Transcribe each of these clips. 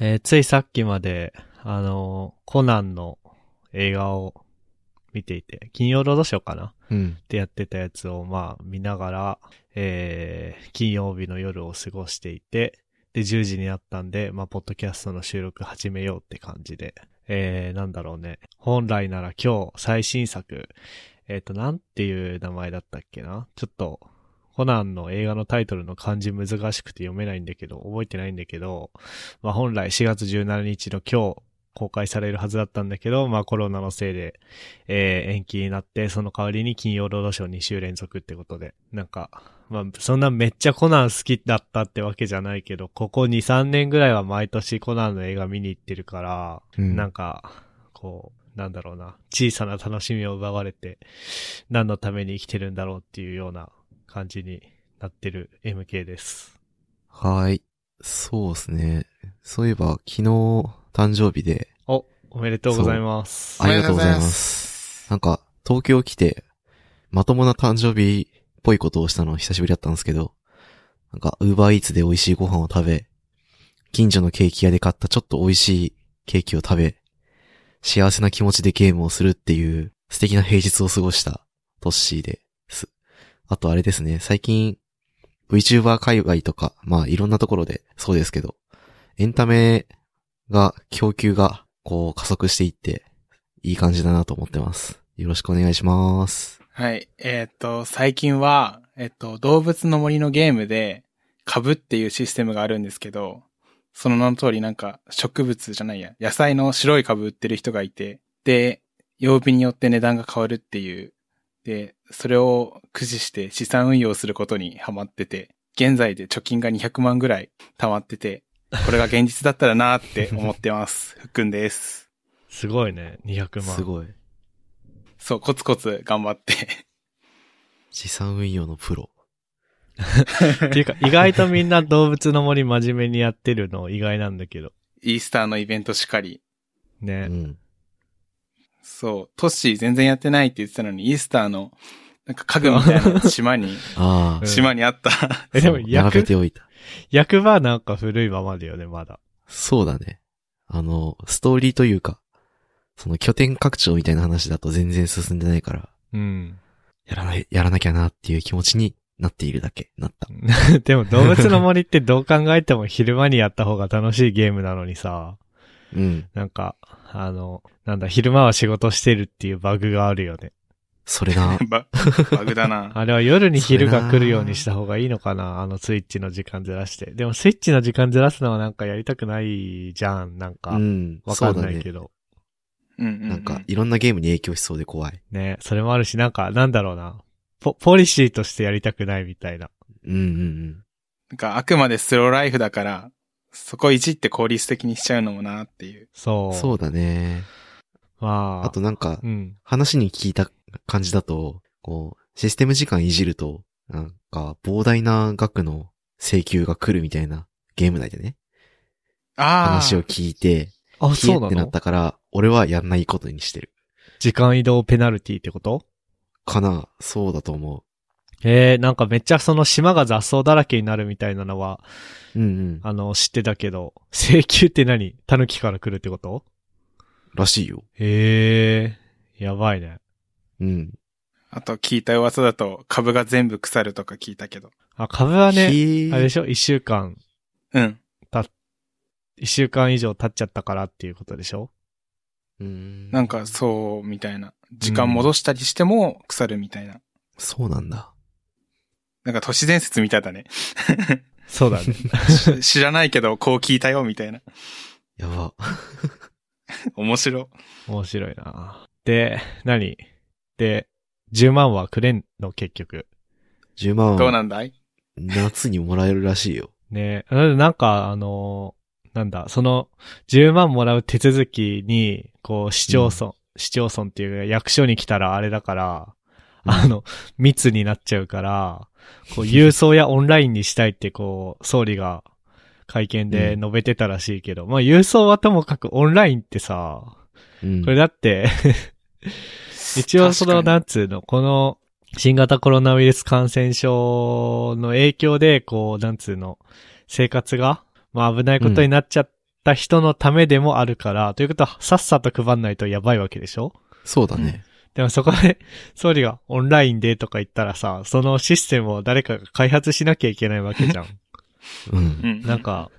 えーついさっきまで、あのーコナンの映画を見ていて、金曜ロードショーかなうんっ。てやってたやつを、まあ、見ながら、えー金曜日の夜を過ごしていて、で、10時になったんで、まあ、ポッドキャストの収録始めようって感じで、えー、なんだろうね。本来なら今日、最新作、えっ、と、なんていう名前だったっけなちょっと、コナンの映画のタイトルの漢字難しくて読めないんだけど、覚えてないんだけど、まあ、本来4月17日の今日、公開されるはずだったんだけど、まあ、コロナのせいで、えー延期になって、その代わりに金曜ロードショー2週連続ってことで、なんか、まあ、そんなめっちゃコナン好きだったってわけじゃないけど、ここ2、3年ぐらいは毎年コナンの映画見に行ってるから、うんなんか、こう、なんだろうな、小さな楽しみを奪われて、何のために生きてるんだろうっていうような感じになってる MK です。はーい。そうですね。そういえば、昨日、誕生日で、お、おめでとうございます。ありがとうございます。なんか、東京来て、まともな誕生日っぽいことをしたの久しぶりだったんですけど、なんか、ウーバーイーツで美味しいご飯を食べ、近所のケーキ屋で買ったちょっと美味しいケーキを食べ、幸せな気持ちでゲームをするっていう素敵な平日を過ごしたトッシーです。あとあれですね、最近 VTuber 界隈とか、まあいろんなところでそうですけど、エンタメが、供給がこう加速していって、いい感じだなと思ってます。よろしくお願いします。はい。えーっと、最近は、えっと、動物の森のゲームで、株っていうシステムがあるんですけど、その名の通りなんか植物じゃないや、野菜の白い株売ってる人がいて、で、曜日によって値段が変わるっていう、で、それを駆使して資産運用することにハマってて、現在で貯金が200万ぐらい溜まってて、これが現実だったらなーって思ってます。ふっくんです。すごいね、200万。すごい。そう、コツコツ頑張って。資産運用のプロ。っていうか、意外とみんな動物の森真面目にやってるの意外なんだけど。イースターのイベントしかり、うね。ん。そう、トッシー全然やってないって言ってたのに、イースターの、なんか家具みたいな島に、うああん。島にあった。。え、でもそう並べ役、ておいた。役場なんか古いままだよね、まだ。 そうだね。あの、ストーリーというか、その拠点拡張みたいな話だと全然進んでないから、うん。やらない、やらなきゃなっていう気持ちになっているだけ、なった。でも動物の森ってどう考えても昼間にやった方が楽しいゲームなのにさ、うん。なんか、あの、なんだ、昼間は仕事してるっていうバグがあるよね。それなババグだな。あれは夜に昼が来るようにした方がいいのかなあのスイッチの時間ずらして。でもスイッチの時間ずらすのはなんかやりたくないじゃん、なん かう。ん。わそかうんだないねけ。ど。うんうん、うん。なんか、いろんなゲームに影響しそうで怖い。ね、それもあるし、なんか、なんだろうな。ポ、ポリシーとしてやりたくないみたいな。うんうんうん。なんかあくまでスローライフだから、そこいじって効率的にしちゃうのもなっていう。そう。そうだね。まあ。あと、なんかう、ん。話に聞いた感じだと、こう、システム時間いじると、なんか、膨大な額の請求が来るみたいなゲーム内でね、ああ。話を聞いて、あ、消そえうなってなのったから、俺はやんないことにしてる。時間移動ペナルティってことかな、そうだと思えー、なんかめっちゃその島が雑草だらけになるみたいなのは、う。うんうん。あの、知ってたけど、請求って何狸から来るってことらしいよ。へえー、やばいね。うん。あと聞いた噂だと、株が全部腐るとか聞いたけど。あ、株はね、ひーあれでしょ一週間、うん。一週間以上経っちゃったからっていうことでしょうん。なんか、そう、みたいな。時間戻したりしても腐るみたいな。そうなんだ。なんか都市伝説みたい だね。そうだね。し知らないけど、こう聞いたよ、みたいな。やば。面白。面白いなで、何で、10万はくれんの結局。 10万どうはなんだい夏にもらえるらしいよ。ねななんか、あのーなんだ、その、10万もらう手続きに、こう、市町村、市町村っていうか役所に来たらあれだから、あの、密になっちゃうから、 こう、郵送やオンラインにしたいって、こう、総理が会見で述べてたらしいけど、まあ、郵送はともかくオンラインってさ、うん。これだって、一応その、確かになんつうの、この、新型コロナウイルス感染症の影響で、こう、なんつうの、生活が、まあ危ないことになっちゃっった人のためでもあるから、ということはさっさと配んないとやばいわけでしょ そうだね。でもそこで、総理がオンラインでとか言ったらさ、そのシステムを誰かが開発しなきゃいけないわけじ ゃん。うん。うん。なんか、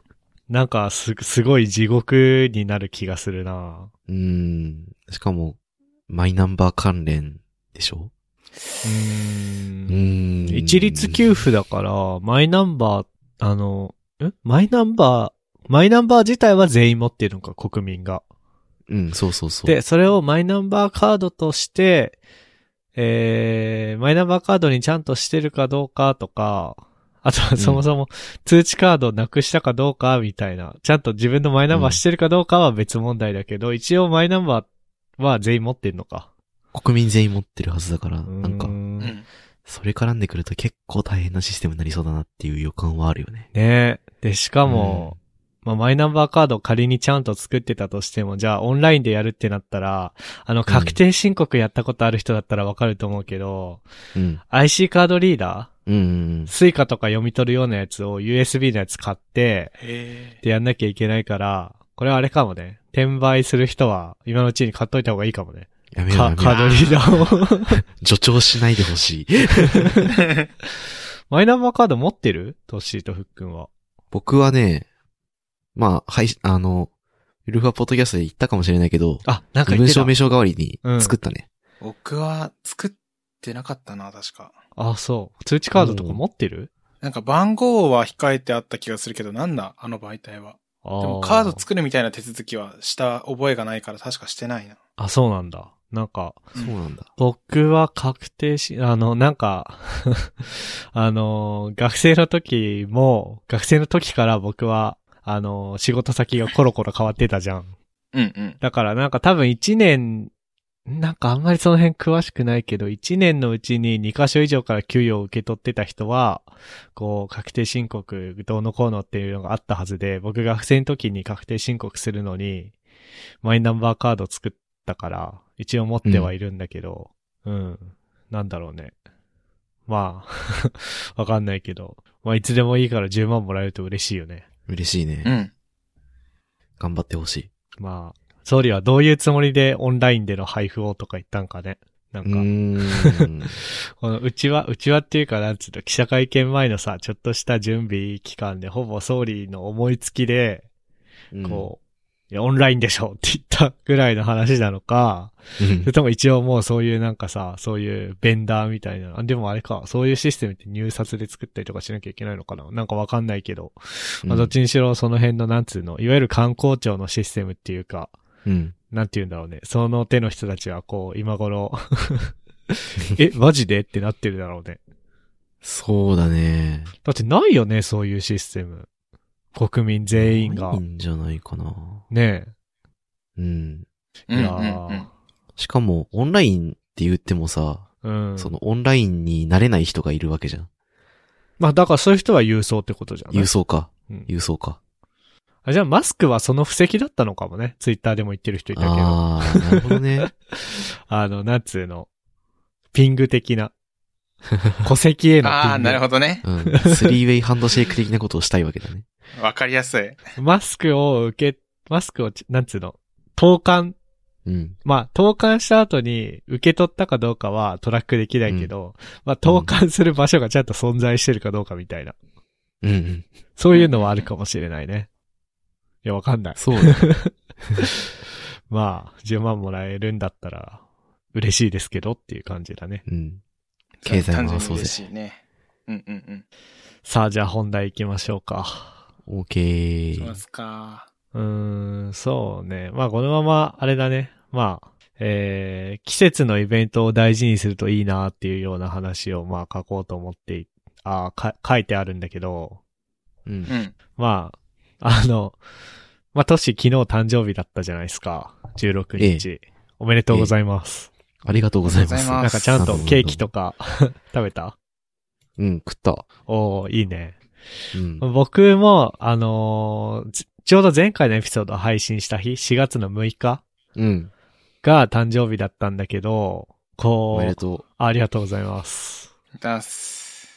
なんかす、すごい地獄になる気がするなうーん。しかも、マイナンバー関連でしょうー。うんーん。一律給付だから、マイナンバー、あの、んマイナンバー、マイナンバー自体は全員持ってるのか、国民が。うん、そうそうそう。で、それをマイナンバーカードとして、えー、マイナンバーカードにちゃんとしてるかどうかとか、あとはんそもそも通知カードなくしたかどうかみたいな、ちゃんと自分のマイナンバーしてるかどうかは別問題だけど、一応マイナンバーは全員持ってんのか。国民全員持ってるはずだから、なんうかー、んうねんそれ絡んでくると結構大変なシステムになりそうだなっていう予感はあるよね。え。で、しかも、まあ、マイナンバーカードを仮にちゃんと作ってたとしても、じゃあオンラインでやるってなったら、あの、確定申告やったことある人だったらわかると思うけど、うん。 IC カードリーダーうんうんスイカとか読み取るようなやつを USB のやつ買って、へでやんなきゃいけないから、これはあれかもね。転売する人は今のうちに買っといた方がいいかもね。うん。やめろかやめカーろ。ドリーダーを。助長しないでほしい。 え。 マイナンバーカード持ってるトッシーとフックンは。僕はね、まあ、はい、あの、ウルフはポッドキャストで言ったかもしれないけど、あ、なんか身言って分た証明書代わりに作ったね。僕は作ってなかったな、確か。あ、そう。通知カードとか持ってるなんか番号は控えてあった気がするけど、なんだあの媒体は。ででもカード作るみたいな手続きはした覚えがないから確かしてないな。あ、そうなんだ。なんか、うんそうなんだ。僕は確定し、あの、なんか、 あの、学生の時も、学生の時から僕は、あの、仕事先がコロコロ変わってたじゃん。うんうん。だからなんか多分1年、なんかあんまりその辺詳しくないけど、1年のうちに2箇所以上から給与を受け取ってた人は、こう、確定申告どうのこうのっていうのがあったはずで、僕が学生の時に確定申告するのに、マイナンバーカード作ったから、一応持ってはいるんだけど、うん、なんだろうね。まあ、 わかんないけど、まあいつでもいいから10万もらえると嬉しいよね。嬉しいね。うん。頑張ってほしい。まあ、総理はどういうつもりでオンラインでの配布をとか言ったんかね。なんうか、ーん。このうちは、うちはっていうか、なんつうの、記者会見前のさ、ちょっとした準備期間で、ほぼ総理の思いつきで、 こう、いや、オンラインでしょって言ったぐらいの話なの か、うん。うんそれとも一応もうそういうなんかさ、そういうベンダーみたいな、あでもあれか、そういうシステムって入札で作ったりとかしなきゃいけないのかななんかわかんないけど、まあどっちにしろその辺のなんつうの、いわゆる観光庁のシステムっていうか、うん。なんて言うんだろうね。その手の人たちはこう、今頃、 え、マジでってなってるだろうね。そうだね。だってないよね、そういうシステム。国民全員いがい。んじゃないかな。ねうん。え。ういんうんやーしかも、オンラインって言ってもさ、うん。そのオンラインになれない人がいるわけじゃん。まあだからそういう人は郵送ってことじゃない郵送か。うん郵送か。あじゃあマスクはその布石だったのかもね。ツイッターでも言ってる人いたけど。あああ、なるほどね。の、なんつうの。ピング的 な。戸籍へうのん。ピング。ああ、なるほどね。うん。スリーウェイハンドシェイク的なことをしたいわけだね。わかりやすい。マスクを受け、マスクをち、なんつうの。投函うん。まあ、投函した後に受け取ったかどうかはトラックできないけど、まあ、投函する場所がちゃんと存在してるかどうかみたいな。うんうん。そういうのはあるかもしれないね。いや、わかんない。そうね。まあ、10万もらえるんだったら、嬉しいですけどっていう感じだね。うん。経済単回純にそう嬉ぜ。しいね。うんうんうん。さあ、じゃあ本題行きましょうか。オーケー。いきますか。うーん、そうね。まあ、このまま、あれだね。まあ、えー、季節のイベントを大事にするといいなっていうような話を、まあ、書こうと思ってい、あーか、書いてあるんだけど、うんう。ん。まあ、あの、 まあ、トシ昨日誕生日だったじゃないですか。16日。おめでとうございます。ありがとうございまありす。がとなうございまんすかちゃんとケーキとか 食べたうん、食った。おおいいね。うん。僕も、あのーちちょうど前回のエピソードを配信した日、4月の6日うん。が誕生日だったんだけど、おこめでう、とありがとうございます。出す。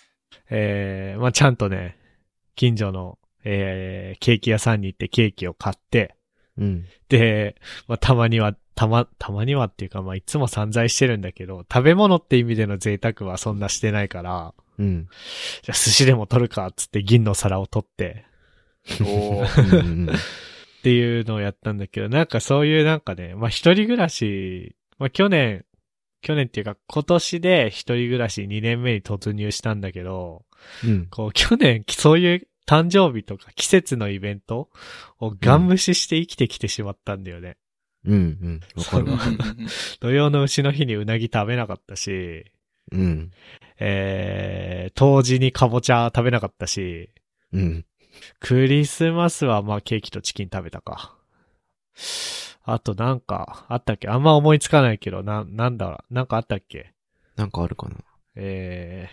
えー、まあ、ちゃんとね、近所の、えー、ケーキ屋さんに行ってケーキを買って、うん。で、まあ、たまには、たま、たまにはっていうか、まあ、いつも散財してるんだけど、食べ物って意味での贅沢はそんなしてないから、うん。じゃあ寿司でも取るか、つって銀の皿を取って、お ーうんうんうんっていうのをやったんだけど、なんかそういうなんかね、まあ一人暮らし、まあ去年、去年っていうか今年で一人暮らし2年目に突入したんだけど、うん。こう去年そういう誕生日とか季節のイベントをガン無視して生きてきてしまったんだよね。うん。うん。わかるわ。土曜の牛の日にうなぎ食べなかったし、うん。えー、冬至にかぼちゃ食べなかったし、うん。クリスマスはまあケーキとチキン食べたか。あとなんかあったっけあんま思いつかないけど、な、なんだろう、なんかあったっけなんかあるかな。え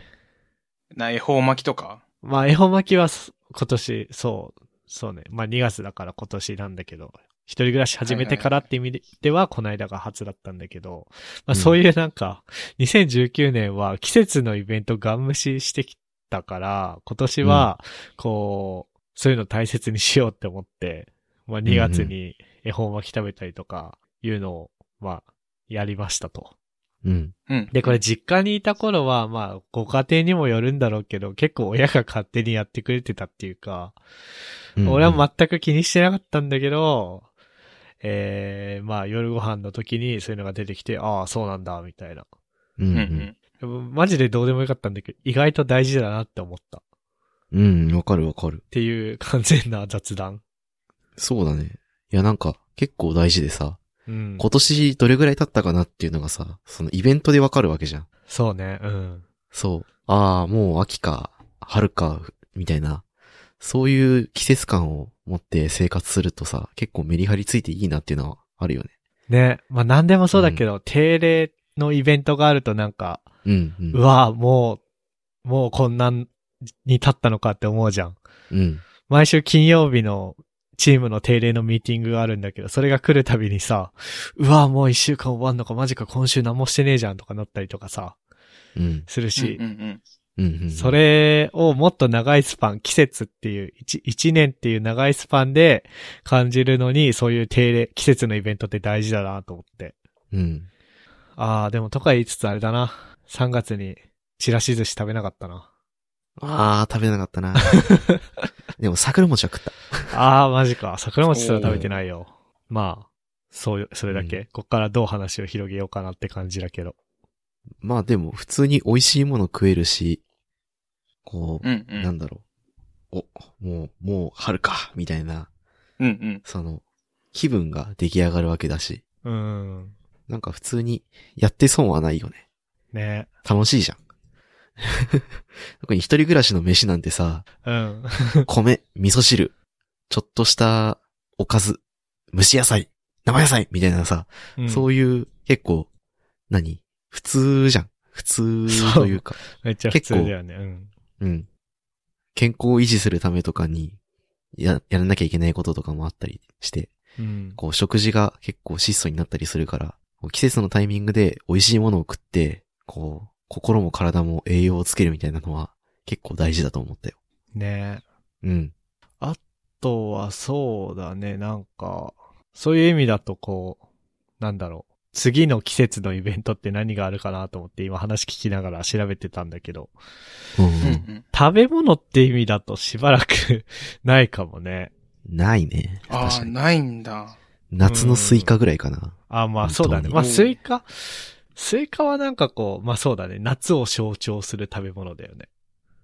ー、な、恵方巻きとかまあ恵方巻きはす今年、そう、そうね。まあ2月だから今年なんだけど、一人暮らし始めてからって意味では、この間が初だったんだけど、まあそういうなんか、2019年は季節のイベントガン無視してきたから、今年は、こう、そういうの大切にしようって思って、まあ2月に恵方巻き食べたりとか、いうのを、まあ、やりましたと。うん。うん。で、これ実家にいた頃は、まあ、ご家庭にもよるんだろうけど、結構親が勝手にやってくれてたっていうか、うん俺は全く気にしてなかったんだけど、えー、まあ、夜ご飯の時にそういうのが出てきて、ああ、そうなんだ、みたいな。ううんんううん。ん。でもマジでどうでもよかったんだけど、意外と大事だなって思った。っうん、わかるわかる。ていう完全な雑談。そうだね。いや、なんか、結構大事でさ、うん。今年どれぐらい経ったかなっていうのがさ、そのイベントでわかるわけじゃん。そうね、うん。そう。ああ、もう秋か、春か、みたいな。そういう季節感を持って生活するとさ、結構メリハリついていいなっていうのはあるよね。ね、まあ、何でもそうだけど、定例のイベントがあるとなんか、うん、うん。うわぁ、もう、もうこんなんに立ったのかって思うじゃん。うん。毎週金曜日のチームの定例のミーティングがあるんだけど、それが来るたびにさ、うわぁ、もう一週間終わんのか、マジか今週何もしてねえじゃんとかなったりとかさ、うん。するし、うんうんうん。うんそ、れをもっと長いスパン、季節っていう、一一年っていう長いスパンで感じるのに、そういう定例、季節のイベントって大事だなと思って。うん。あー、でもとか言いつつあれだな。3月にチラシ寿司食べなかったな。ああ、食べなかった な。でも桜餅は食った。あー、マジか。桜餅すら食べてないよ。まあ、そうよ、それだけ。うんこっからどう話を広げようかなって感じだけど。まあでも、普通に美味しいもの食えるし、こうう、ん。うんうん。なんだろう。お、もう、もう春か、みたいな、うんうん。その、気分が出来上がるわけだし、うーん。なんか普通にやって損はないよね。ね。楽しいじゃん。 特に一人暮らしの飯なんてさ、うん。米、味噌汁、ちょっとしたおかず、蒸し野菜、生野菜みたいなさ、そいういう結構、何普通じゃん。普通というか、うん。めっちゃ普通だよね。うん。うん。健康を維持するためとかに、や、やらなきゃいけないこととかもあったりして、うん。こう食事が結構質素になったりするから、こう季節のタイミングで美味しいものを食って、こう、心も体も栄養をつけるみたいなのは結構大事だと思ったよ。ねうん。あとはそうだね。なんか、そういう意味だとこう、なんだろう。次の季節のイベントって何があるかなと思って今話聞きながら調べてたんだけど、うんうんうん。食べ物って意味だとしばらく ないかもね。ないね。あ確あ、かに。ないんだ。夏のスイカぐらいかな。あ、まあ本当そうにだね。まあうんスイカ、スイカはなんかこう、まあそうだね。夏を象徴する食べ物だよね。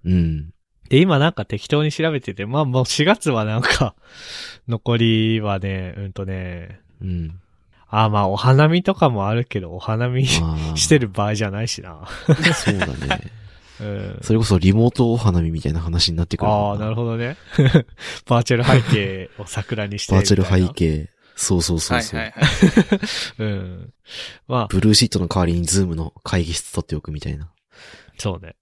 うん。で、今なんか適当に調べてて、まあもう4月はなんか、 残りはね、うんとね、うん。あまあお花見とかもあるけど、お花見しああ。てる場合じゃないしな。そうだね。うん。それこそリモートお花見みたいな話になってくるああ、なるほどね。 バーチャル背景を桜にしてバーチャルみたいな背。景。そうそうそはういそう。はいはい。うん。まあ、ブルーシートの代わりにズームの会議室取っておくみたいな。そう ね。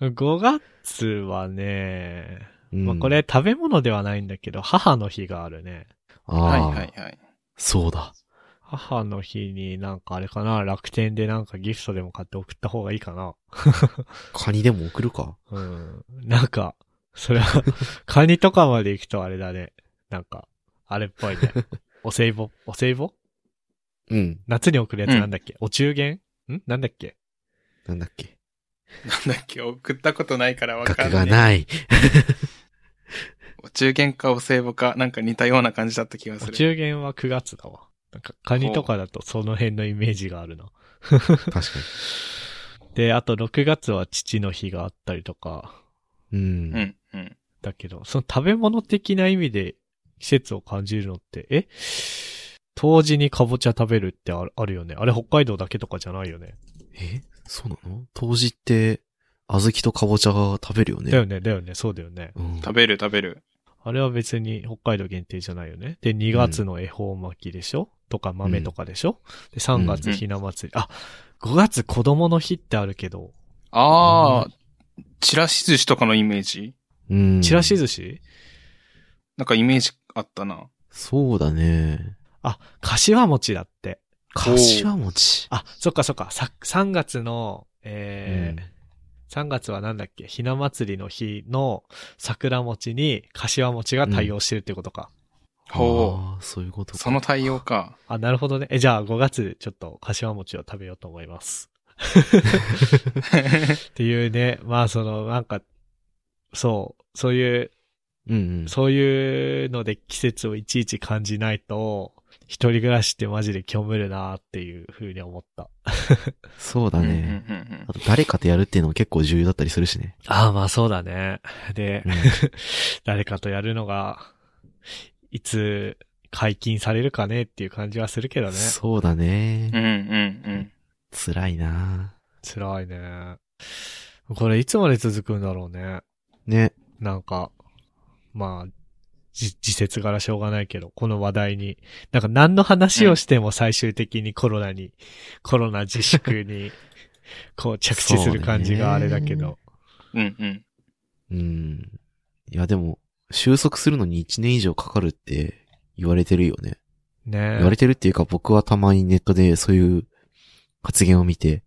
5月はね、うん、まあこ。れ食べ物ではないんだけど、母の日があるね。ああ、はいはいはい。そうだ。母の日になんかあれかな、楽天でなんかギフトでも買って送った方がいいかな。カニでも送るか。うん。なんか、それ は、カニとかまで行くとあれだね。なんか、あれっぽい ね。お歳暮お歳暮うん。夏に送るやつなんだっけ、お中元んなんだっけなんだっけ。なんだっけ、 送ったことないからわか額んながい。ない。お中元かお歳暮か、なんか似たような感じだった気がおする。中元は9月だわ。なんか、カニとかだとその辺のイメージがあ るな。確かで、あと6月は父の日があったりとか、に。うん。うん、うん。だけど、その食べ物的な意味で季節を感じるのって、え冬至にかぼちゃ食べるってあるあるよね。あれ北海道だけとかじゃないよね。えそうなの当時って、小豆とかぼちゃが食べるよね。だよね、だよね、そうだよね。うん。食べる食べる。あれは別に北海道限定じゃないよね。で、2月の恵方巻きでしょ、とか豆とかでしょ、で、3月ひな祭り。あ、5月子供の日ってあるけど、あー、チラシ寿司とかのイメージうん。ちらし寿司なんかイメージあったな。そうだね。あ、柏餅だって。かしわ餅。あ、そっかそっか。さ3月の、えーうん3月はなんだっけひな祭りの日の桜餅に柏餅が対応してるってことか。ほああ、そういうことかう。その対応か。あ、なるほどね。え、じゃあ5月ちょっと柏餅を食べようと思います。っていうね。まあその、なんか、そう、そういう、うんうん。そういうので季節をいちいち感じないと、一人暮らしってマジで虚無るなーっていうふうに思った。そうだ うんうんね。うんうんあと誰かとやるっていうのも結構重要だったりするしね。ああ、まあそうだね。で、うん 誰かとやるのが、いつ解禁されるかねっていう感じはするけどね。そうだうね。んうん辛いな辛いね。これいつまで続くんだろうね。ね。なんか、まあ、じ自節からしょうがないけど、この話題に。なんか何の話をしても最終的にコロナに、コロナ自粛に、 こう着地する感じがあれだけそうどね。うん。うんうん。うん。いやでも、収束するのに1年以上かかるって言われてるよね。ね言われてるっていうか僕はたまにネットでそういう発言を見て、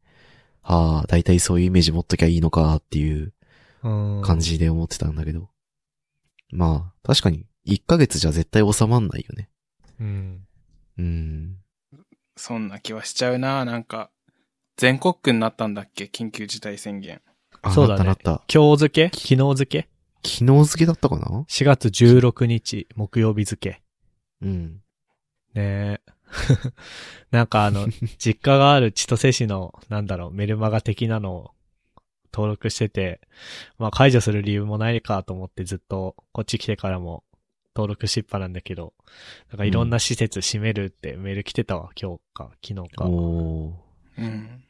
ああ、だいたいそういうイメージ持っときゃいいのかっていううん感じで思ってたんだけど。まあ、確かに1ヶ月じゃ絶対収まんないよね。うん。うん。そんな気はしちゃうな。なんか、全国区になったんだっけ緊急事態宣言。あそうだねなったなった。今日付け昨日付け昨日付けだったかな ?4 月16日、木曜日付。うん。ね え。なんかあの、実家がある千歳市の、なんだろう、メルマガ的なのを登録してて、まあ解除する理由もないかと思ってずっと、こっち来てからも登録しっぱなんだけど、なんかいろんな施設閉めるってメール来てたわ、今日か、昨日か。おー。うん。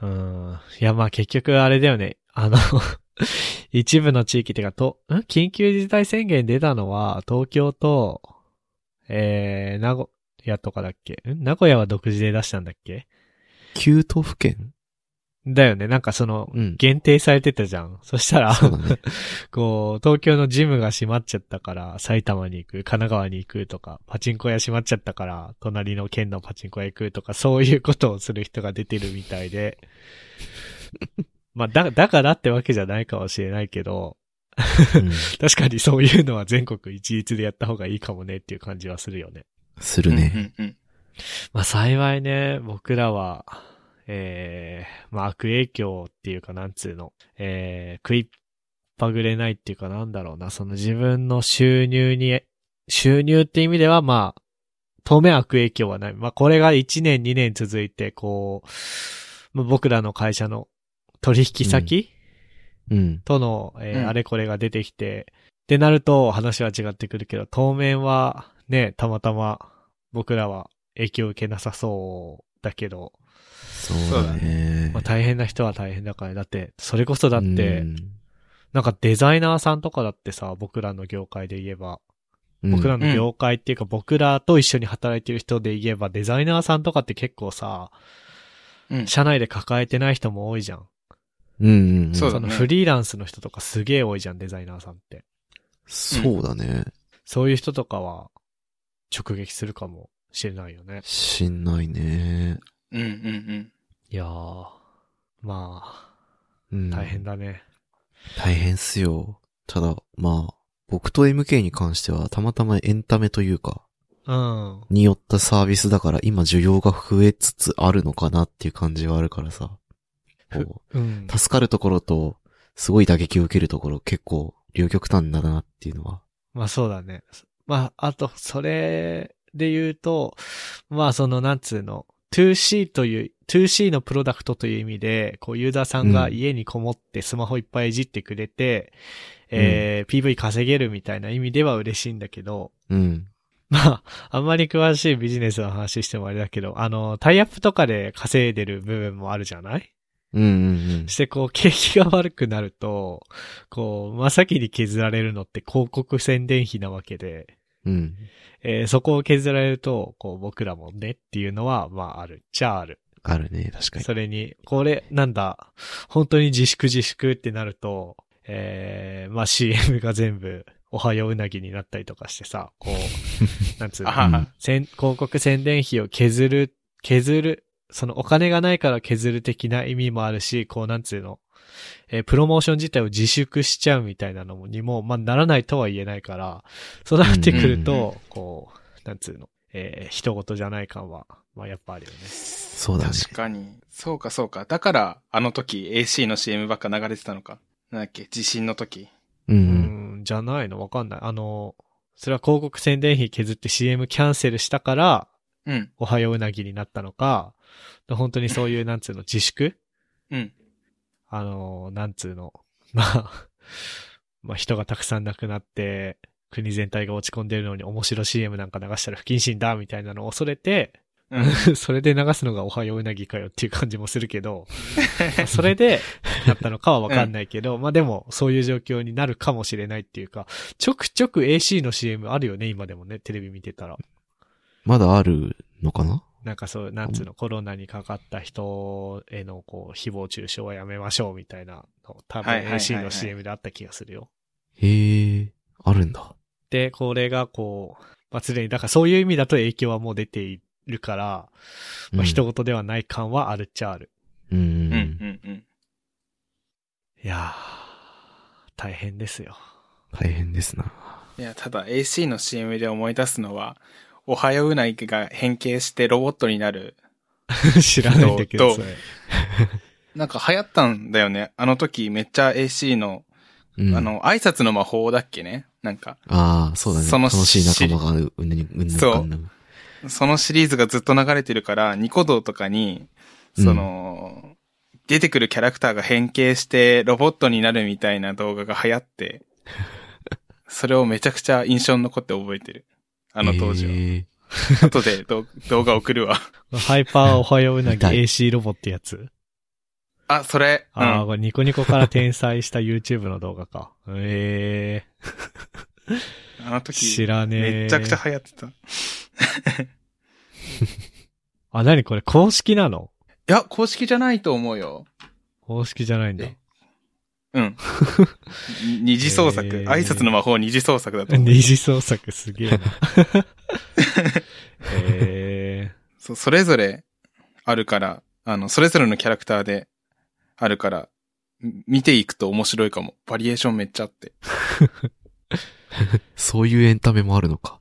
うん。いや、まあ結局あれだよね。あの、 一部の地域ってか、と、ん緊急事態宣言出たのは、東京と、えー、名古屋とかだっけん名古屋は独自で出したんだっけ旧都府県だよね。なんかその、う ん。限定されてたじゃん。そしたら、そうだね。 こう、東京のジムが閉まっちゃったから、埼玉に行く、神奈川に行くとか、パチンコ屋閉まっちゃったから、隣の県のパチンコ屋行くとか、そういうことをする人が出てるみたいで。 まあ、だ、だからってわけじゃないかもしれないけど、うん確かにそういうのは全国一律でやった方がいいかもねっていう感じはするよね。するね。うんうん まあ幸いね、僕らは、えー、まあ悪影響っていうかなんつうの、えー、食いっぱぐれないっていうかなんだろうな、その自分の収入に、収入って意味ではまあ、当面悪影響はない。まあこれが1年2年続いて、こう、まあ僕らの会社の取引先、うん。との、えーうんあれこれが出てきて、ってなると話は違ってくるけど、当面はね、たまたま僕らは影響を受けなさそうだけど、そうだね。まあ、大変な人は大変だから、だって、それこそだっうて、ん、なんかデザイナーさんとかだってさ、僕らの業界で言えば、うん僕らの業界っていうか僕らと一緒に働いてる人で言えば、デザイナーさんとかって結構さ、うん。社内で抱えてない人も多いじゃん。うんうんうん。そうだそのねフリーランスの人とかすげえ多いじゃん、デザイナーさんって。そうだね。そういう人とかは直撃するかもしれないよね。しんないね。うんうんうん。いやー、まあ、うん大変。だね。大変っすよ。ただ、まあ、僕と MK に関しては、たまたまエンタメというか、うん。によったサービスだから、今需要が増えつつあるのかなっていう感じはあるからさ。ふこうんう助かるところと、すごい打撃を受けるところ、結構、両極端だなっていうのは。まあそうだね。まあ、あと、それで言うと、まあその、なんつうの、2C という、2C のプロダクトという意味で、こう、ユーザーさんがうん家にこもってスマホいっぱいいじってくれて、えー PV 稼げるみたいな意味では嬉しいんだけど、うん。まあ、あんまり詳しいビジネスの話してもあれだけど、あの、タイアップとかで稼いでる部分もあるじゃないうんうんうん。してこう、景気が悪くなると、こう、真っ先に削られるのって広告宣伝費なわけで、うん。えーそこを削られると、こう僕らもねっていうのは、まああるっちゃある。あるね、確かに。それに、これなんだ、本当に自粛自粛ってなると、えー、まあ CM が全部、おはよううなぎになったりとかしてさ、こう、なんつうのあ、はは。宣広告宣伝費を削る、削る、そのお金がないから削る的な意味もあるし、こうなんつうの、えープロモーション自体を自粛しちゃうみたいなのにも、まあならないとは言えないから、そうなってくると、うんこう、なんつうの、えー、人事じゃない感は、まあやっぱあるよね。そうだね。確かに。そうかそうか。だから、あの時 AC の CM ばっか流れてたのか。なんだっけ、地震の時。う。うんん、じゃないのわかんない。あの、それは広告宣伝費削って CM キャンセルしたから、うん、おはよううなぎになったのか、本当にそういうなんつうの自粛うん。あの、なんつうの。 まあ、まあ人がたくさん亡くなって、国全体が落ち込んでるのに面白 CM なんか流したら不謹慎だみたいなのを恐れて、 うん。それで流すのがおはよううなぎかよっていう感じもするけど、まあそれでだったのかはわかんないけど、 まあでもそういう状況になるかもしれないっていうか、ちょくちょく AC の CM あるよね、今でもね、テレビ見てたら。まだあるのかななんかそう、なんつうの、コロナにかかった人へのこう、誹謗中傷はやめましょうみたいなの、多分はいはいはいはい AC の CM であった気がするよ。へえ、あるんだ。で、これがこう、まあ、常に、だからそういう意味だと影響はもう出ているから、まうあ、ん人事ではない感はあるっちゃある。うんう、うんんううん。ん、うん。いやー、大変です よ。大変ですな。いや、ただ AC の CM で思い出すのは、おはようなぎが変形してロボットになる。知らないんだけど、どうそれ。なんか流行ったんだよね。あの時めっちゃ AC の、うん。あ、の、挨拶の魔法だっけねなんか、ああ、そうだね。その楽しい仲間がう、うねに、うねにそうかんなむ。そのシリーズがずっと流れてるから、ニコ動とかに、その、出てくるキャラクターが変形してロボットになるみたいな動画が流行 って、それをめちゃくちゃ印象に残って覚えてる。あの当時は。へえ後でど動画送 るわ。ハイパーおはような ぎ痛い AC ロボってやつ。あ、それ。うん、ああ、これニコニコから転載した YouTube の動画か。えあのー、時。知らねえ。めちゃくちゃ。流行ってた。いあ、なにこれ公式なのや、公式じゃないと思うよ。公式じゃないんだ。 えうん。に二次創作。えー挨拶の魔法二次創作だと思う。二次創作すげえ な。えそう、それぞれあるから、あの、それぞれのキャラクターであるから、み見ていくと面白いかも。バリエーションめっちゃあって。そういうエンタメもあるのか。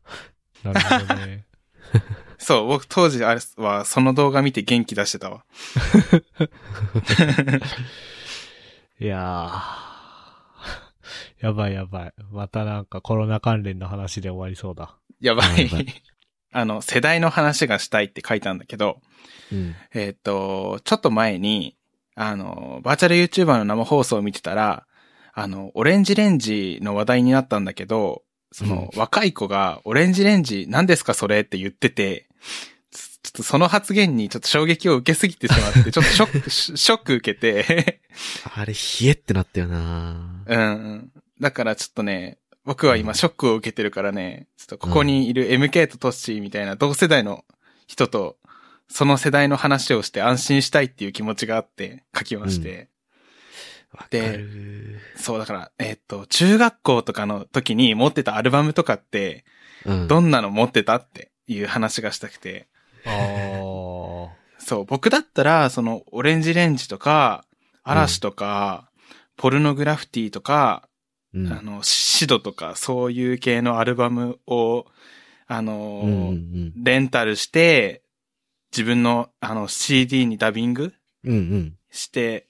ー、なるほどね。そう、僕当時あれはその動画見て元気出してたわ。いやー。 やばいやばい。またなんかコロナ関連の話で終わりそうだ。やばやばい。 あの、世代の話がしたいって書いたんだけど、うん。えーっ、と、ちょっと前に、あの、バーチャル YouTuber の生放送を見てたら、あの、オレンジレンジの話題になったんだけど、その、若い子が、オレンジレンジ何ですかそれって言ってて、ちちょっとその発言にちょっと衝撃を受けすぎてしまって、ちょっとショック、シショック受けて、あれ、冷えってなったよなうんうん。だからちょっとね、僕はう今んショックを受けてるからね、ちょっとここにいる MK とトッシーみたいな同世代の人と、その世代の話をして安心したいっていう気持ちがあって書きまして。わかでる。そうだから、えっと、中学校とかの時に持ってたアルバムとかって、うん。どんなの持ってたっていう話がしたくて。あー。そう、僕だったら、その、オレンジレンジとか、嵐とか、ポルノグラフィティとか、うん。あの、シドとかそういう系のアルバムを、あの、うんうんレンタルして、自分のあの CD にダビングうん。うんうん。して、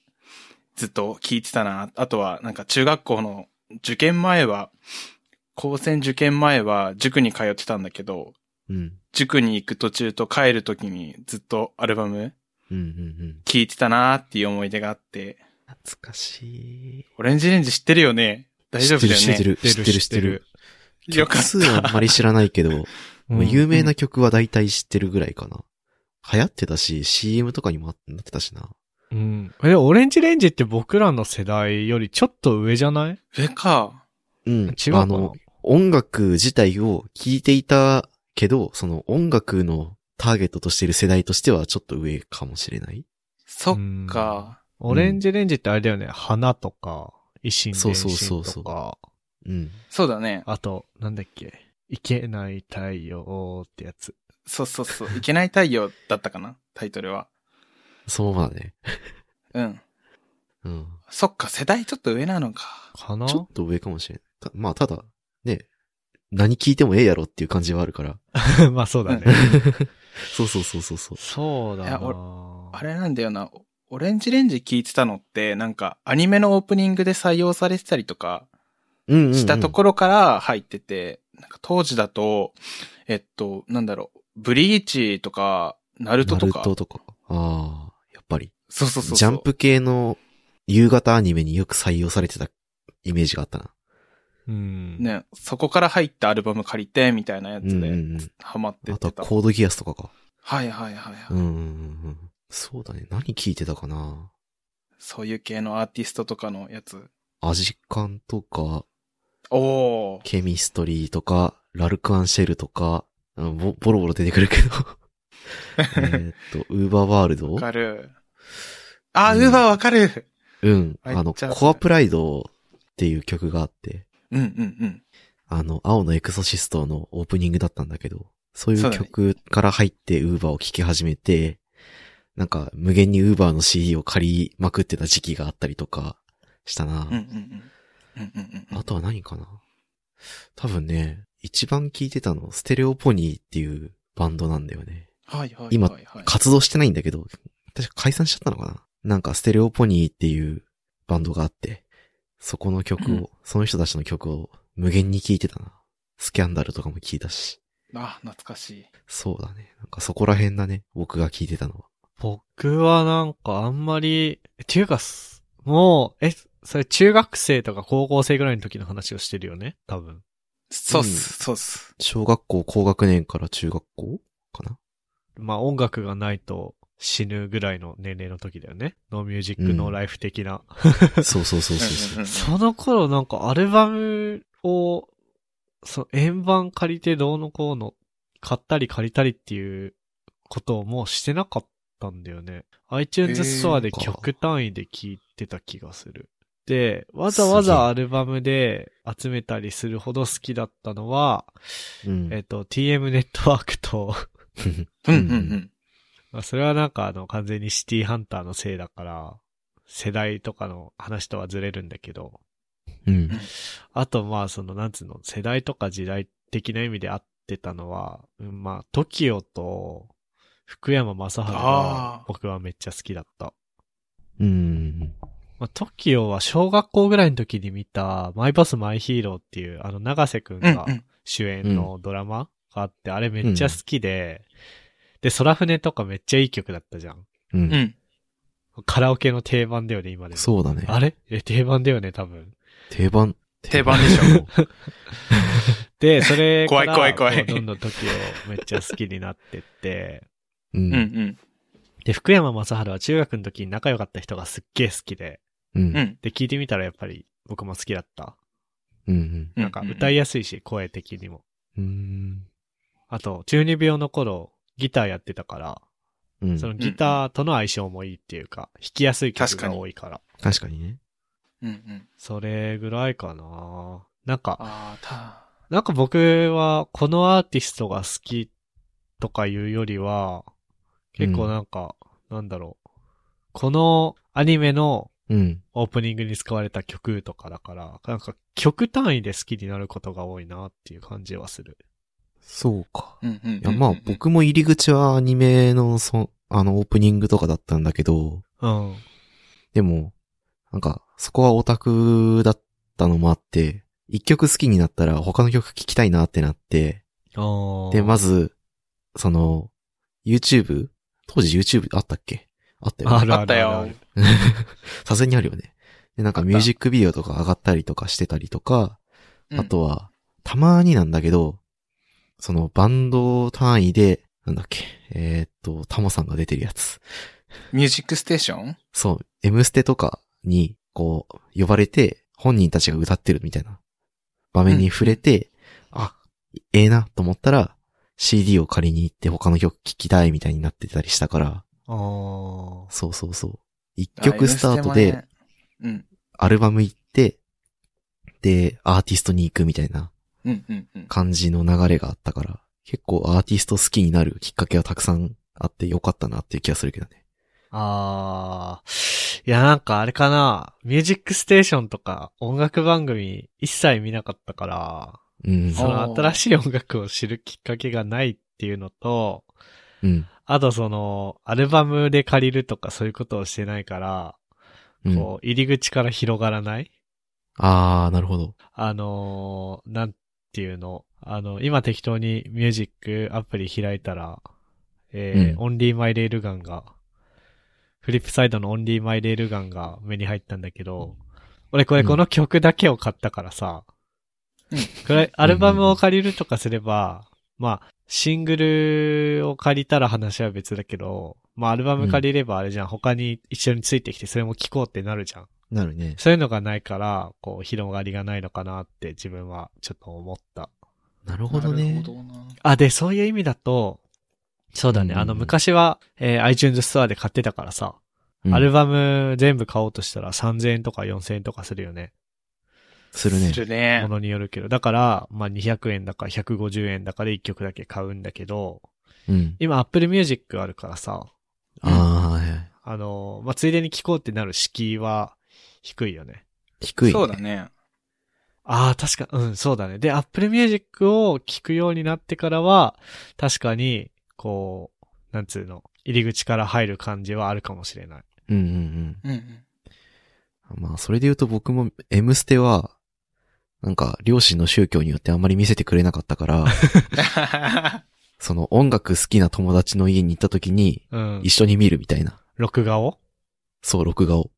ずっと聴いてたな。あとは、なんか中学校の受験前は、高専受験前は塾に通ってたんだけど、うん。塾に行く途中と帰る時にずっとアルバムうんうんうん。聴いてたなっていう思い出があって、懐かしい。オレンジレンジ知ってるよね大丈夫だよね知ってる、知ってる、知ってる。。よか曲っ数 はあんた。まり知らないけど、うん有名な曲は大体知ってるぐらいかな。流行ってたし、CM とかにもなってたしな。うん。え、でもオレンジレンジって僕らの世代よりちょっと上じゃない上か。うん。違うかなあの、音楽自体を聴いていたけど、その音楽のターゲットとしている世代としてはちょっと上かもしれない。そっか。オレンジレンジってあれだよね。花とか、維新伝そうそ心うそとうか、うん。そうだね。あと、なんだっけ。いけない太陽ってやつ。そうそうそう。いけない太陽だったかなタイトルは。そのままだね。うん。うん。そっか、世代ちょっと上なのか。かなちょっと上かもしれない。たまあ、ただ、ね、何聞いてもええやろっていう感じはあるから。 まあそうだね。そうそうそうそうそう。そうだいなやあれなんだよな。オレンジレンジ聞いてたのって、なんかアニメのオープニングで採用されてたりとかうんうん、うん。したところから入ってて、なんか当時だと、えっと、なんだろう、ブリーチとか、ナルトとか。ナルトとか。ああ、やっぱり。そうそうそうそう。ジャンプ系の夕方アニメによく採用されてたイメージがあったな。うん。ね、そこから入ったアルバム借りて、みたいなやうんつうんで、うん。ハマってっあてとた。はコードギアスとかか。はいはいはいはい。うんうんうんうん。そうだね。何聞いてたかなそういう系のアーティストとかのやつ。アジカンとか、おー。ケミストリーとか、ラルクアンシェルとか、あのボボロボロ出てくるけど。えーっと、ウーバーワールドわかる。あ、うんウーバーわかる。うん。ああの、じゃあコアプライドっていう曲があって、うんうんうん。あの、青のエクソシストのオープニングだったんだけど、そういそううだね曲から入ってウーバーを聴き始めて、なんか、無限にウーバーの CD を借りまくってた時期があったりとかしたな。うんうんうん。うんうんうん。あとは何かな多分ね、一番聴いてたの、ステレオポニーっていうバンドなんだよね。はいはいはい、はい。今活動してないんだけど、確か解散しちゃったのかななんか、ステレオポニーっていうバンドがあって、そこの曲うんを、その人たちの曲を無限に聴いてたな。スキャンダルとかも聴いたし。あ、懐かしい。そうだね。なんかそこら辺だね。僕が聴いてたのは。僕はなんかあんまり、っていうかす、もう、え、それ中学生とか高校生ぐらいの時の話をしてるよね多分。そうっうんす、そうっす。小学校高学年から中学校かな まあ音楽がないと死ぬぐらいの年齢の時だよね。ノーミュージック、うんノーライフ的な。そうそうそうそうそう。 うんうんうんその頃なんかアルバムを、その円盤借りてどうのこうの、買ったり借りたりっていうことをもうしてなかったんだよね。iTunes ストアで曲単位で聴いてた気がする。で、わざわざアルバムで集めたりするほど好きだったのは、うんえっと、TM ネットワークと、 うんうんうんうん。まあ、それはなんかあの、完全にシティハンターのせいだから、世代とかの話とはずれるんだけど、うん。あとまあその、なんつうの、世代とか時代的な意味で合ってたのは、うんまあ、TOKIO と福山雅治あがー僕はめっちゃ好きだった。うん。まあ、TOKIO は小学校ぐらいの時に見た、マイバスマイヒーローっていう、あの、長瀬くんうんがうん。主演のドラマがあって、あれめっちゃ好きで、で、空船とかめっちゃいい曲だったじゃん。う。うんん。カラオケの定番だよね、今でも。そうだね。あれえ、定番だよね、多分。定番。定番でしょ。で、それから、怖い怖い怖いこうどんどん TOKIO めっちゃ好きになってって、ううんん。うん。で、福山雅治は中学の時に仲良かった人がすっげえ好きで、う。うんん。で、聞いてみたらやっぱり僕も好きだった。うん。なんか歌いやすいし、声的にも。うん。あと、中二病の頃、ギターやってたから、うん。そのギターとの相性もいいっていうか、弾きやすい曲が多いから。確かにね。うんうん。それぐらいかななんか、ああ、た、なんか僕はこのアーティストが好きとかいうよりは、結構なんか、なんだろう。このアニメのうん。オープニングに使われた曲とかだから、なんか曲単位で好きになることが多いなっていう感じはする。そうか。うんうんうんうんいや、まあ、僕も入り口はアニメの、そ、あの、オープニングとかだったんだけど、うん。でも、なんか、そこはオタクだったのもあって、一曲好きになったら他の曲聴きたいなってなって、あで、まず、ず、その、YouTube? 当時 YouTube あったっけあったよね、あるあるるあったよ。 さすがにあるよね。で、なんかあったミュージックビデオとか上がったりとかしてたりとか、うんあとは、たまになんだけど、そのバンド単位で、なんだっけ、えーっと、タモさんが出てるやつ。ミュージックステーションそう、M ステとかに、こう、呼ばれて、本人たちが歌ってるみたいな場面に触れて、あ、ええなと思ったら、CD を借りに行って他の曲聴きたいみたいになってたりしたから、あーそうそうそう。一あ曲スタートで、、 M ステもねアルバム行って、で、アーティストに行くみたいなうん。うんうんうん。感じの流れがあったから、結構アーティスト好きになるきっかけはたくさんあってよかったなっていう気がするけどね。あー。いや、なんかあれかな、ミュージックステーションとか音楽番組一切見なかったから、うん。その新しい音楽を知るきっかけがないっていうのと、うん。あとその、アルバムで借りるとかそういうことをしてないから、うん。こう、入り口から広がらないあー、なるほど。あのーなんていうのあの、今適当にミュージックアプリ開いたら、えーうんオンリーマイレールガンが、フリップサイドのオンリーマイレールガンが目に入ったんだけど、俺これこの曲だけを買ったからさ、うんこれアルバムを借りるとかすれば、まあ、シングルを借りたら話は別だけど、まあアルバム借りればあれじゃん、他に一緒についてきてそれも聴こうってなるじゃん。なるね。そういうのがないから、こう、広がりがないのかなって自分はちょっと思った。なるほどね。なるほどなあ、で、そういう意味だと、そうだね、うんあの、昔は、えー iTunes ストアで買ってたからさ、うんアルバム全部買おうとしたら3000円とか4000円とかするよね。するねす。るねも。のによるけど。だから、まあ、200円だか150円だかで1曲だけ買うんだけど、うん。今 Apple Music あるからさ、あー、はいはい。あの、まあ、ついでに聴こうってなる敷居は低いよね。低い。そうだ。ね。ああ、確か、うん、そうだね。で、Apple Music を聞くようになってからは、確かに、こう、なんつうの、入り口から入る感じはあるかもしれない。うんうんうんうん。うん。まあ、それで言うと僕も M ステは、なんか、両親の宗教によってあんまり見せてくれなかった から、その音楽好きな友達の家に行った時に、うん一。緒に見るみたいな。録画をそう、録画を。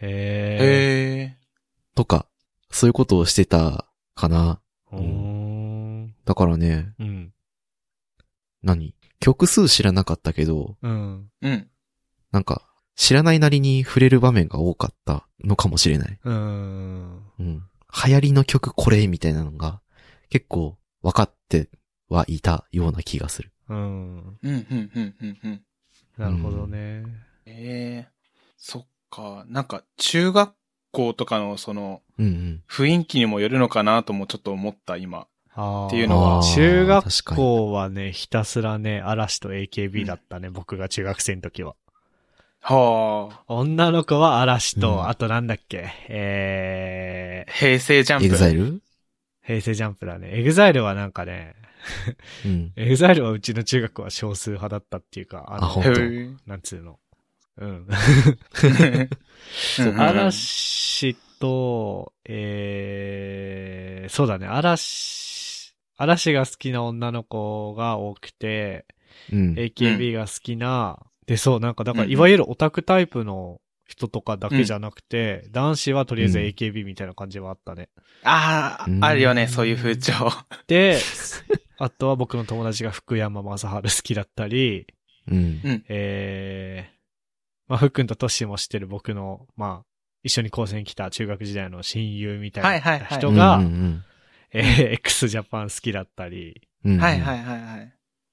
へえ。へとか、そういうことをしてたかな。うーん。だからね、うん。何曲数知らなかったけど、うん。え。うん。なんか、知らないなりに触れる場面が多かったのかもしれない。うーん。うん。流行りの曲これみたいなのが、結構分かってはいたような気がする。うん。うんうんうんうんうん。なるほどね。ええそっか。なんか、中学校とかのその、うんうん。雰囲気にもよるのかなともちょっと思った、今。あーっていうのはあー中確学かに校はね、ひたすらね、嵐と AKB だったね、僕が中学生の時は。はあ。女の子は嵐と、うんあとなんだっけ、えー、平成ジャンプ。エグザイル平成ジャンプだね。エグザイルはなんかね、うん。エグザイルはうちの中学は少数派だったっていうか、ああの、ほんへなんつうの。うん。え。うんうん嵐と、えー、そうだね、嵐、嵐が好きな女の子が多くて、うん。 AKB が好きな、で、そう、なんか、だから、うんいわゆるオタクタイプの人とかだけじゃなくて、男子はとりあえずうん AKB みたいな感じはあったね。あうんあ、あるよね、そういう風潮。で、あとは僕の友達が福山雅治好きだったり、うん。うん。えー、まあ、ふっくんとトッシーも知ってる僕の、まあ、一緒に高専来た中学時代の親友みたはいいはいなはい人が、うんえー x ジャパン好きだったり、うんうん。はいはいい。はいはい。っ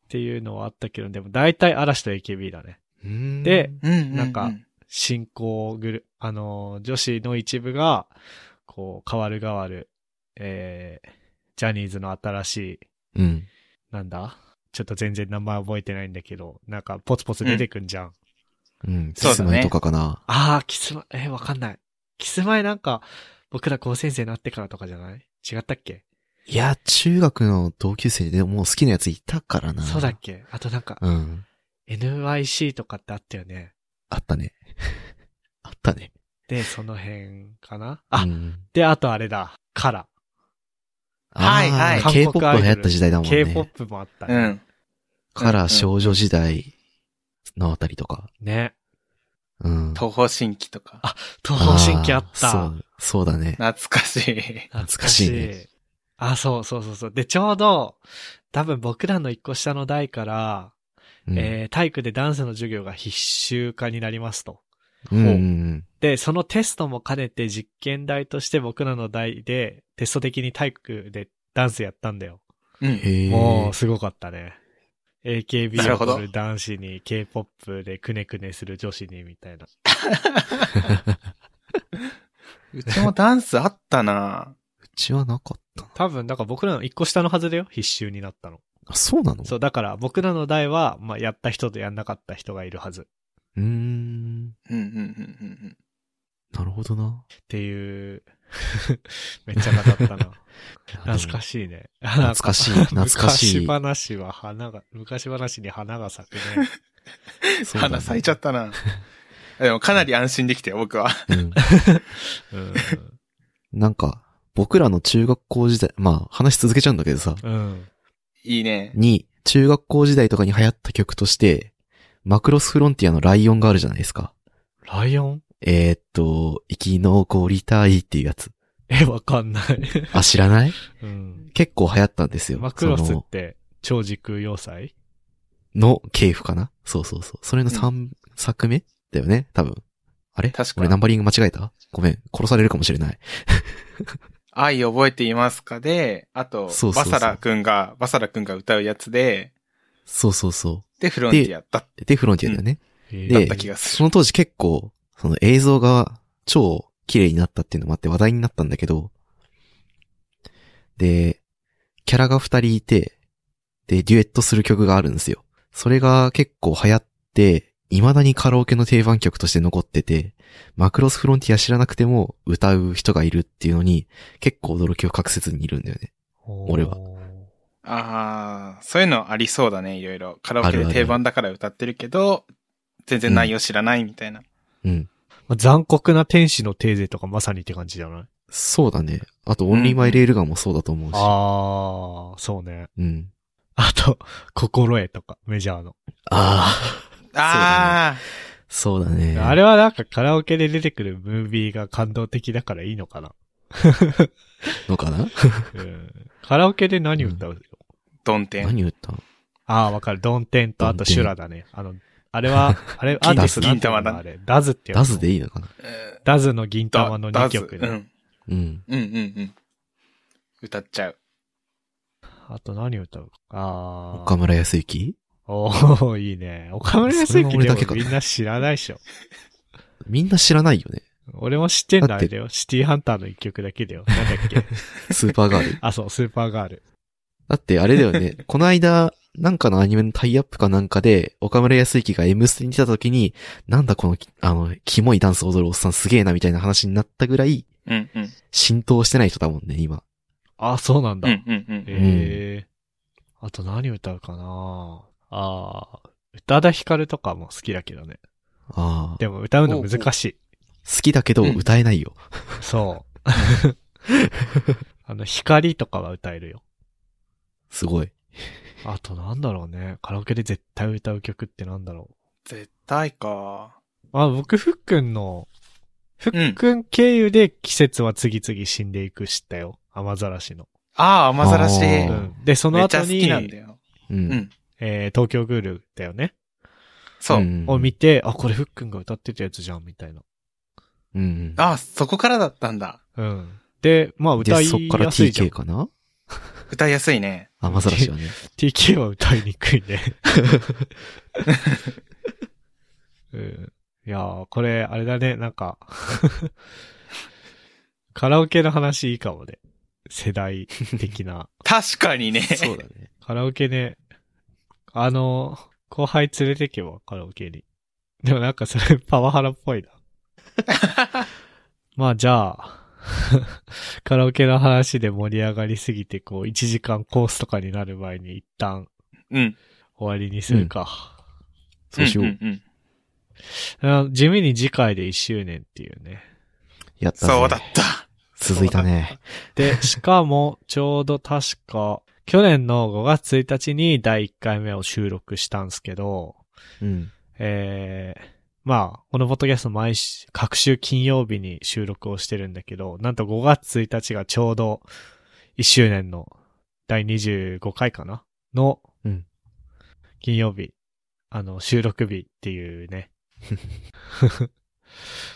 ていうのはあったけど、でも大体嵐と AKB だね。うんで、うんうん。なんかう進行グル、あのー、女子の一部が、こう、変わる変わる、えー、ジャニーズの新しい、うん。なんだちょっと全然名前覚えてないんだけど、なんかポツポツ出てくんじゃん。うん。そキうだねスマイとかかな。ああ、キスマイ、えー、わかんない。キスマイなんか、僕ら高先生になってからとかじゃない違ったっけいや、中学の同級生でもう好きなやついたからな。そうだっけあとなんか、うん。 NYC とかってあったよね。あったね。あったね。で、その辺かなあ、うんで、あとあれだ。カラ。あーはいはい K-POP 韓国アイドルが流行った時代だもんね。 K-POP もあったうね。ん。から少女時代のあたりとか。ね。うん。東方神起とかあ。東方神起あった。ーそう、そうだね。懐かしい。懐かしいねあ、そうそうそうそう。で、ちょうど、多分僕らの一個下の代から、うんえー体育でダンスの授業が必修化になりますと。うんうんで、そのテストも兼ねて実験台として僕らの代でテスト的に体育でダンスやったんだよ。ううん。ん。へえ。もうすごかったね。な AKB るをほど踊る男子に K-POP でくねくねする女子にみたいな。うちもダンスあったなうちはなかったな。多分、だから僕らの一個下のはずだよ。必修になったの。あ、そうなの。そうう、だから僕らの代は、まあ、やった人とやんなかった人がいるはず。うーん。うんうんうんうんうん。なるほどな。っていう、 めっちゃ語 ったな。懐かしい。しいね。懐かしい。懐か し昔い。話は花が、昔話に花が咲くね。 そうだね花咲いちゃった なでもかなり安心できたよ、僕は。うんうん。なんか、僕らの中学校時代、まあ話し続けちゃうんだけどさ、うん。いいね。に、中学校時代とかに流行った曲として、マクロスフロンティアのライオンがあるじゃないですか。ライオンえー、っと、生き残りたいっていうやつ。 え、わかんない。あ、知らない うん。結構流行ったんですよ。マクロスそっのて、超時空要塞の系譜かなそうそうそう。それの3作目、だよね多分。あれ確か俺ナンバリング間違えたごめん。殺されるかもしれない。愛覚えていますかで、あと、そうそうそうバサラくんが、バサラくんが歌うやつで、そうそうそで、フロンティアだっう。で、フロンティアだよね。だでた気がすそる。の当時結構、その映像が超綺麗になったっていうのもあって話題になったんだけど、で、キャラが二人いて、で、デュエットする曲があるんですよ。それが結構流行って、未だにカラオケの定番曲として残ってて、マクロスフロンティア知らなくても歌う人がいるっていうのに、結構驚きを隠せずにいるんだよね。俺は。ああ、そういうのありそうだね、いろいろ。カラオケあでるある定番だから歌ってるけど、全然内容知らないみたいな。うん。まあ残酷な天使のテーゼとかまさにって感じじゃないそうだね。あと、オンリーマイレールガンもそうだと思うし。ああ、そうね。うん。あと、 心得とか、メジャーの。あああ、あ、そうだね。あれはなんかカラオケで出てくるムービーが感動的だからいいの かな。のかなうん、カラオケで何歌う、ドンテン。何歌うああ、わかる。ドンテンとあとシュラだね。あの、あれは、あれ、アーティストなんていうの銀玉だあれ。ダズっていうのダズでいいのかなえーダズの銀だ玉のだ2ず曲うね。ん。うん。うんうんうん。歌っちゃう。あと何歌うああ。岡村康之おー、いいね。岡村康之それは俺だけでかもみんな知らないでしょ。みんな知らないよね。俺も知ってんだだあってれだよ。シティーハンターの一曲だけだよ。なんだっ け。スーパーガ ール。あ、そう、スーパーガール。だってあれだよね。この間、なんかのアニメのタイアップかなんかで、岡村康之が M ステに来た時に、なんだこの、あの、キモいダンス踊るおっさんすげえなみたいな話になったぐらい、うんうん。浸透してない人だもんね、今。あ、そうなんだ。うんうんうん。ええあと何歌うかなああ、宇多田ヒカルとかも好きだけどね。ああ。でも歌うの難しい。好きだけどうん歌えないよ。そう。 あの、光とかは歌えるよ。すごい。あとなんだろうね。カラオケで絶対歌う曲ってなんだろ絶対か。う。あ、僕、ふっくんの、ふうっんくん経由で季節は次々死んでいく知ったよ。雨ざらしの。ああ、雨ざらうあし。ーん。で、そのめっち後ゃ好にき、なんだよ。う。うんん。えー、東京グールだよね。そう。んを見て、あ、これふっくんが歌ってたやつじゃん、みたいな。うん。ああ、そこからだったんだ。うん。で、まあで歌いやすそいっじゃかん。ら TK かな歌いやすいね。あ、まさらしはね。 TK は歌いにくいね。うん、いやー、これ、あれだね、なん か、カラオケの話いいかもね。世代的な。確かにね。そうだね。カラオケね、あの、後輩連れてけば、カラオケに。でもなんかそれ パワハラっぽいな。まあじゃあ、 カラオケの話で盛り上がりすぎて、こう、1時間コースとかになる前に一旦うん。終わりにするか。そうしよう。んんんあ地味に次回で1周年っていうね。やったぜ。そうだった。続いたね。 で、しかも、ちょうど確か、去年の5月1日に第1回目を収録したんですけど、うん。えー、まあ、このポッドキャスト毎週、各週金曜日に収録をしてるんだけど、なんと5月1日がちょうど1周年の第25回かなの、うん金曜日、あの、収録日っていう ね。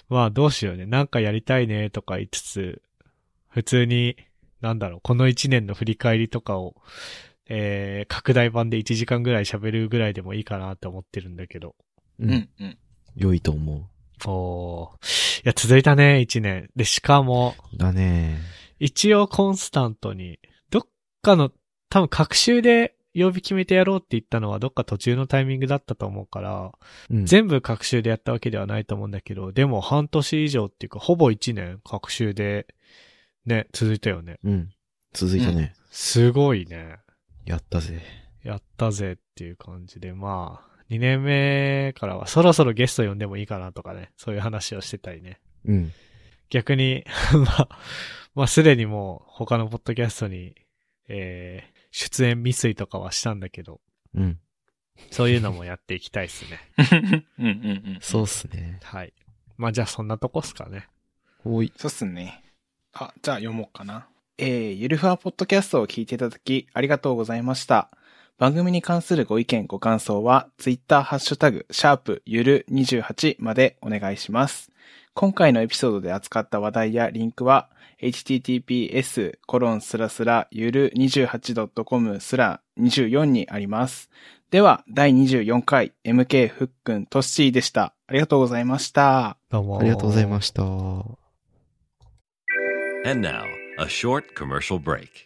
まあ、どうしようね。なんかやりたいねとか言いつつ、普通に、なんだろう、この1年の振り返りとかを、えー、拡大版で1時間ぐらい喋るぐらいでもいいかなって思ってるんだけど。う。うんんうん。良いと思おーいや、続いたね、一年。で、しかも、う。だね。一応コンスタントに、どっかの、多分、各週で曜日決めてやろうって言ったのは、どっか途中のタイミングだったと思うから、うん。全部各週でやったわけではないと思うんだけど、でも、半年以上っていうか、ほぼ一年、各週で、ね、続いたよね。うん。続いたね。すごいね。やったぜ。やったぜっていう感じで、まあ、二年目からは、そろそろゲスト呼んでもいいかなとかね、そういう話をしてたりね。うん。逆に、 まあ、まあすでにもう他のポッドキャストに、えー、出演未遂とかはしたんだけど、うん。そういうのもやっていきたいですね。うんうんうん。そうっすね。はい。まあじゃあそんなとこっすかね。おい。そうっすね。あ、じゃあ読もうかな。えー、ゆるふわポッドキャストを聞いていただき、ありがとうございました。番組に関するご意見、ご感想は、ツイッターハッシュタグ、シャープゆる28までお願いします。今回のエピソードで扱った話題やリンクは、https コロンスラスラゆる 28.com スラ24にあります。では、第24回 MK ふっくんとっしーでした。ありがとうございました。どうも。ありがとうございす。ました。 And now, a short commercial break.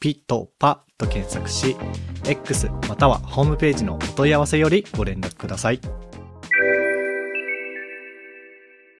ピトパと検索し X またはホームページのお問い合わせよりご連絡ください。